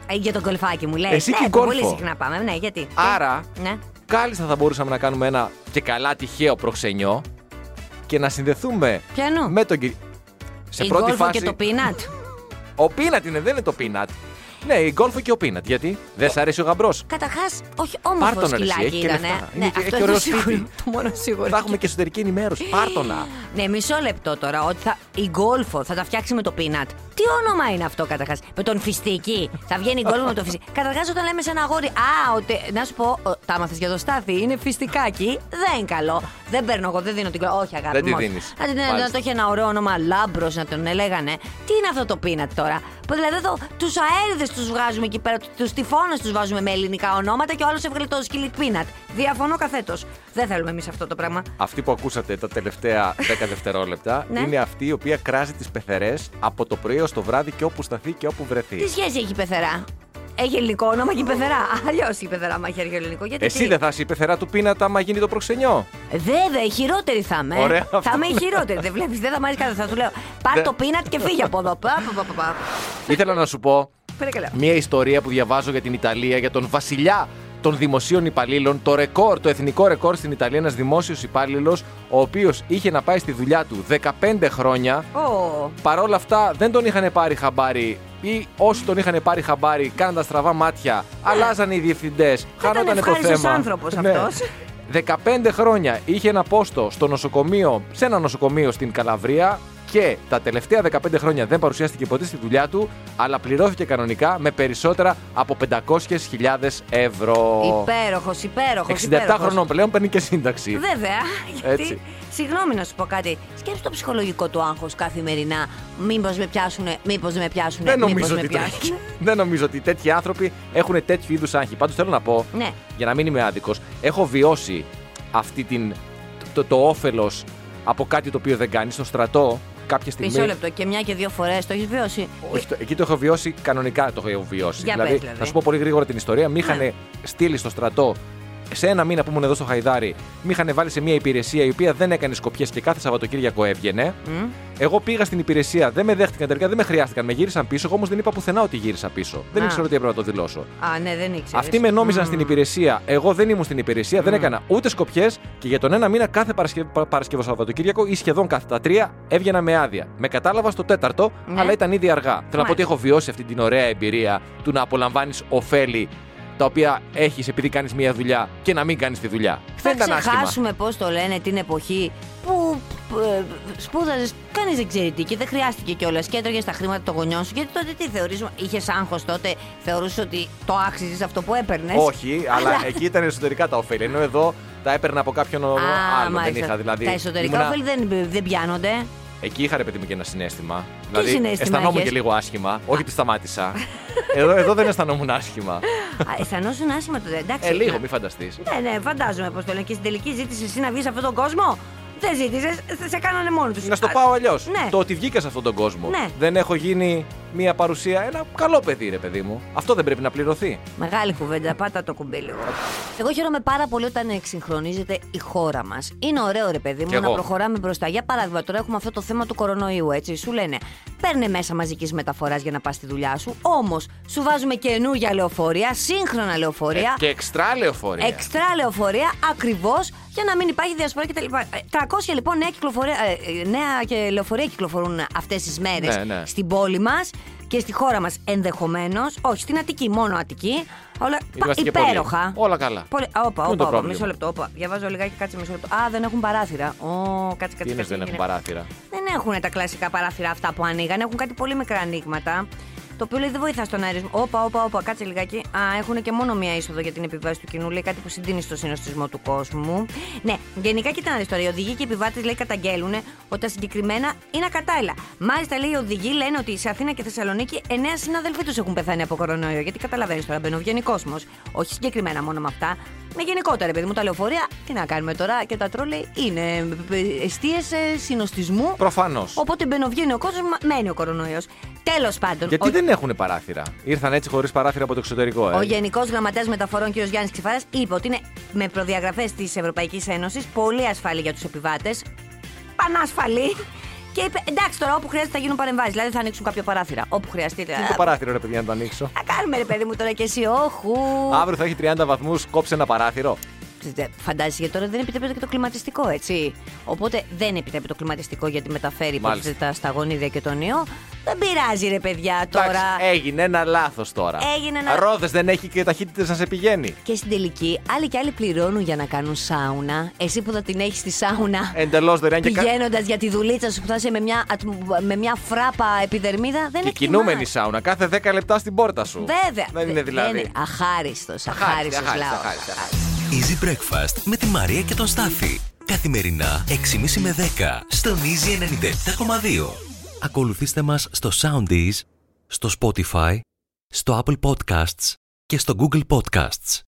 Ε, για τον κολφάκι μου, λέει.
Εσύ
ναι,
και
που Πολύ
γκόλφο.
συχνά πάμε. Ναι, γιατί.
Άρα,
Ναι.
κάλλιστα θα μπορούσαμε να κάνουμε ένα και καλά τυχαίο προξενιό και να συνδεθούμε
Πιανού.
με τον κύριο. Σε
η
πρώτη
γκόλφο
φάση.
και το πίνατ.
Ο πίνατ είναι, δεν είναι το πίνατ. Ναι, η γκολφο και ο πίνατ. Γιατί δεν σ' αρέσει ο γαμπρός.
Καταρχάς, όχι
Πάρ'
όμορφο
τον, ρε, εσύ,
σκυλάκι
έχει και
ήταν.
λεφτά.
Ναι,
Είναι και- έχει
αυτό
ωραίο
είναι το σίγουρο.
σπίτι.
Το μόνο σίγουρο.
Θα έχουμε και εσωτερική ενημέρωση. Πάρτονα.
Ναι, μισό λεπτό τώρα. Ότι θα, η γκόλφο θα τα φτιάξει με το πίνατ. Τι όνομα είναι αυτό καταρχάς. Με τον φιστίκι. θα βγαίνει η γκόλφο με τον φιστίκι. Καταρχάς, όταν λέμε σε ένα αγόρι, Α, ότι. Να σου πω, ο, τα μάθε για το στάθι. Είναι φιστικάκι. Δεν είναι καλό. Δεν παίρνω εγώ, δεν δίνω την γκόλφο. Όχι, αγάπη.
Δεν τη
μου, όχι.
δίνεις.
Να, την- να
Μάλιστα.
το έχει ένα ωραίο όνομα λάμπρος, να τον έλεγανε. Τι είναι αυτό το πίνατ τώρα. Που δηλαδή εδώ τους αέριδες τους βγάζουμε εκεί πέρα, τους τυφώνες τους βάζουμε με ελληνικά ονόματα και ο άλλος έβγαλε το σκυλί πίνατ. Διαφωνώ καθέτος. Δεν θέλουμε εμείς αυτό το πράγμα.
Αυτή που ακούσατε τα τελευταία 10 δευτερόλεπτα
Ναι.
είναι αυτή η οποία κράζει τις πεθερές από το πρωί ω το βράδυ και όπου σταθεί και όπου βρεθεί.
Τι σχέση έχει η πεθερά. Έχει ελληνικό όνομα και η πεθερά. Αλλιώς η πεθερά, μα έχει αρχαίο ελληνικό. Γιατί
Εσύ δεν θα είσαι η πεθερά του πίνατα άμα γίνει το προξενιό.
Βέβαια, η χειρότερη θα είμαι. ε.
Ωραία,
θα
αυτό
είμαι η
είναι.
χειρότερη. δεν βλέπεις, δεν θα μ' αρέσει καθόλου. Θα του λέω Πάρ
Δεν-
το πίνατ και φύγει από εδώ. Πα, πα, πα, πα.
Ήθελα να σου πω
Πέρα καλά.
μια ιστορία που διαβάζω για την Ιταλία, για τον βασιλιά των δημοσίων υπαλλήλων, το ρεκόρ, το εθνικό ρεκόρ στην Ιταλία, ένας δημόσιος υπάλληλος, ο οποίος είχε να πάει στη δουλειά του 15 χρόνια.
Ω,
Παρόλα αυτά δεν τον είχαν πάρει χαμπάρι ή όσοι τον είχαν πάρει χαμπάρι κάναν τα στραβά μάτια, αλλάζαν οι διευθυντές, χάνονταν το
ευχάριστος
θέμα.
άνθρωπος
Ναι.
αυτός.
15 χρόνια είχε ένα πόστο στο νοσοκομείο, σε ένα νοσοκομείο στην Καλαβρία, και τα τελευταία 15 χρόνια δεν παρουσιάστηκε ποτέ στη δουλειά του, αλλά πληρώθηκε κανονικά με περισσότερα από 500.000 ευρώ.
Υπέροχος, υπέροχος.
67 χρονών πλέον παίρνει και σύνταξη.
Βέβαια. Γιατί,
Έτσι.
συγγνώμη να σου πω κάτι. Σκέψτε το ψυχολογικό του άγχος καθημερινά. Μήπως με πιάσουνε, μήπως με πιάσουνε,
Δεν
Ναι, μήπως
νομίζω,
με
ότι τρέχει.
πιάσουνε.
δεν νομίζω ότι τέτοιοι άνθρωποι έχουν τέτοιου είδους άγχη. Πάντως θέλω να πω,
Ναι.
για να μην είμαι άδικος, έχω βιώσει αυτή την, το, το όφελος από κάτι το οποίο δεν κάνεις. Στο στρατό, κάποια στιγμή.
Μισό λεπτό και μια και δύο φορές το έχεις βιώσει.
Όχι, το- εκεί το έχω βιώσει κανονικά. Το έχω βιώσει.
Για πες,
δηλαδή,
δηλαδή.
θα σου πω πολύ γρήγορα την ιστορία. Μη είχαν στείλει στο στρατό σε ένα μήνα που ήμουν εδώ στο Χαϊδάρι, με είχαν βάλει σε μια υπηρεσία η οποία δεν έκανε σκοπιές και κάθε Σαββατοκύριακο έβγαινε.
Μμ.
Εγώ πήγα στην υπηρεσία, δεν με δέχτηκαν τελικά, δεν με χρειάστηκαν. Με γύρισαν πίσω, εγώ όμως δεν είπα πουθενά ότι γύρισα πίσω. Δεν
Α.
ήξερα ότι έπρεπε να το δηλώσω.
Α, ναι, δεν ήξερα.
Αυτοί με νόμιζαν στην υπηρεσία. Εγώ δεν ήμουν στην υπηρεσία, δεν έκανα ούτε σκοπιές και για τον ένα μήνα κάθε Παρασκε... Πα- Παρασκευό Σαββατοκύριακο ή σχεδόν κάθε τα τρία έβγαινα με άδεια. Με κατάλαβα στο τέταρτο,
Ναι.
αλλά ήταν ήδη αργά. Θέλω να πω
Μάλιστα.
ότι έχω βιώσει αυτή την ωραία εμπειρία του να απολαμβάνεις ωφέλη τα οποία έχεις επειδή κάνεις μία δουλειά και να μην κάνεις τη δουλειά.
Θα
δεν ήταν άσχημα.
ξεχάσουμε πώς το λένε την εποχή που σπούδαζες, κανείς δεν ξέρει τι και δεν χρειάστηκε κιόλας και έτρωγες τα χρήματα των γονιών σου. Γιατί τότε τι θεωρεί, είχες άγχος τότε, θεωρούσες ότι το άξιζες αυτό που έπαιρνες.
Όχι, αλλά εκεί ήταν εσωτερικά τα ωφέλη. Ενώ εδώ τα έπαιρνα από κάποιον ο- άλλο. δεν
μάλιστα.
είχα δηλαδή.
Τα εσωτερικά
ήμουνα-
ωφέλη δεν, δεν πιάνονται.
Εκεί είχα ρε παιδί μου και ένα συνέστημα. δηλαδή
συνέστημα
αισθανόμουν
είχες?
και λίγο άσχημα. Όχι ότι σταμάτησα. εδώ, εδώ δεν αισθανόμουν άσχημα.
Α, Αισθανόσουν άσχημα τότε, εντάξει.
ε, λίγο, μη φανταστείς.
Ναι, ναι, φαντάζομαι πώ το λένε. Και στην τελική ζήτησε εσύ να βγεις σε αυτόν τον κόσμο. Δεν ζήτησες, σε κάνανε μόνοι τους.
Να στο πάω αλλιώς.
ναι.
Το ότι βγήκα σε αυτόν τον κόσμο.
Ναι.
Δεν έχω γίνει μία παρουσία. Ένα καλό παιδί, ρε παιδί μου. Αυτό δεν πρέπει να πληρωθεί.
Μεγάλη κουβέντα, πάτα το κουμπί λίγο. Εγώ χαίρομαι πάρα πολύ όταν εξυγχρονίζεται η χώρα μας. Είναι ωραίο, ρε παιδί μου,
Κι
να
εγώ.
προχωράμε μπροστά. Για παράδειγμα, τώρα έχουμε αυτό το θέμα του κορονοϊού, έτσι. Σου λένε, παίρνε μέσα μαζικής μεταφοράς για να πας στη δουλειά σου. Όμως, σου βάζουμε καινούργια λεωφορεία, σύγχρονα λεωφορεία.
Ε, και εξτρά λεωφορεία.
Εξτρά λεωφορεία ακριβώς για να μην υπάρχει διασπορά κτλ. 300 λοιπόν νέα, κυκλοφορία, ε, ε, νέα και λεωφορεία κυκλοφορούν αυτές τις μέρες
Ναι, ναι.
στην πόλη μας και στη χώρα μας ενδεχομένως. Όχι, στην Αττική, μόνο Αττική. Όλα πα-
Είμαστε και πολλοί.
υπέροχα.
Όλα καλά.
Πολύ... α, Όπα,
Πού είναι το
όπα, όπα,
πρόβλημα?
μισό λεπτό. Όπα. Διαβάζω λιγάκι, κάτσε μισό λεπτό. Α, δεν έχουν παράθυρα. Ω, κάτσε, κάτσε.
Τι είναι
κάτσε,
δεν έχουν
έγινε.
παράθυρα.
Δεν έχουν τα κλασικά παράθυρα αυτά που ανοίγαν. Έχουν κάτι πολύ μικρά ανοίγματα. Το οποίο λέει δεν βοηθά στον αερισμό. Όπα, όπα, όπα, κάτσε λιγάκι. Α, έχουν και μόνο μία είσοδο για την επιβάση του κοινού. Λέει κάτι που συντείνει στο συνοστισμό του κόσμου. Ναι, γενικά κοίτα να δει τώρα. Οι οδηγοί και οι επιβάτες λέει καταγγέλουν ότι τα συγκεκριμένα είναι ακατάλληλα. Μάλιστα λέει οι οδηγοί λένε ότι σε Αθήνα και Θεσσαλονίκη εννέα συναδελφοί τους έχουν πεθάνει από κορονοϊό. Γιατί καταλαβαίνεις τώρα, μπαίνει ο βγαίνει κόσμο. Όχι συγκεκριμένα μόνο με αυτά. Με γενικότερα, παιδί μου, τα λεωφορεία, τι να κάνουμε τώρα και τα τρόλε είναι ε, εστίε ε, συνοστισμού.
Προφανώς.
Οπότε μπαινοβγαίνει ο κόσμος, μένει ο κορονοϊός. Τέλος πάντων.
Γιατί
ο...
δεν έχουν παράθυρα. Ήρθαν έτσι χωρίς παράθυρα από το εξωτερικό, ε.
Ο Γενικός Γραμματέας Μεταφορών κ. Γιάννης Ξηφάρα είπε ότι είναι με προδιαγραφές της Ευρωπαϊκής Ένωσης πολύ ασφαλή για τους επιβάτες. Πανασφαλή. Και είπε εντάξει τώρα όπου χρειάζεται θα γίνουν παρεμβάσεις. Δηλαδή θα ανοίξουν κάποια παράθυρα. Όπου χρειαστεί.
Τι είναι το
Θα
παράθυρο, ρε παιδιά, να το ανοίξω.
κάνουμε ρε παιδί μου τώρα και εσύ. Όχου.
Αύριο θα έχει 30 βαθμούς, κόψε ένα παράθυρο.
Δε- Φαντάζεσαι γιατί τώρα δεν επιτρέπεται και το κλιματιστικό, έτσι. Οπότε δεν επιτρέπεται το κλιματιστικό γιατί μεταφέρει
Μάλιστα.
υποτίθεται, τα σταγονίδια και τον ιό. Δεν πειράζει ρε παιδιά τώρα.
Εντάξει, έγινε ένα λάθος τώρα.
Έγινε ένα-
Ρόδες δεν έχει και ταχύτητε να σε πηγαίνει.
Και στην τελική, άλλοι και άλλοι πληρώνουν για να κάνουν σάουνα. Εσύ που θα την έχεις στη σάουνα,
Εντελώς δωρεάν Ε, ναι, και, κα-
πηγαίνοντας για τη δουλίτσα σου που θα είσαι με μια, ατμ- με μια φράπα επιδερμίδα, δεν
και
είναι
κινούμενη σάουνα. Κάθε 10 λεπτά στην πόρτα σου.
Βέβαια.
Δεν είναι δηλαδή.
Αχάριστος, αχάριστος
αχάριστος,
λαός.
αχάριστος,
Easy Breakfast με τη Μαρία και τον Στάφη. Καθημερινά 6.30 με 10 στον Easy 97.2. Ακολουθήστε μας στο Soundees, στο Spotify, στο Apple Podcasts και στο Google Podcasts.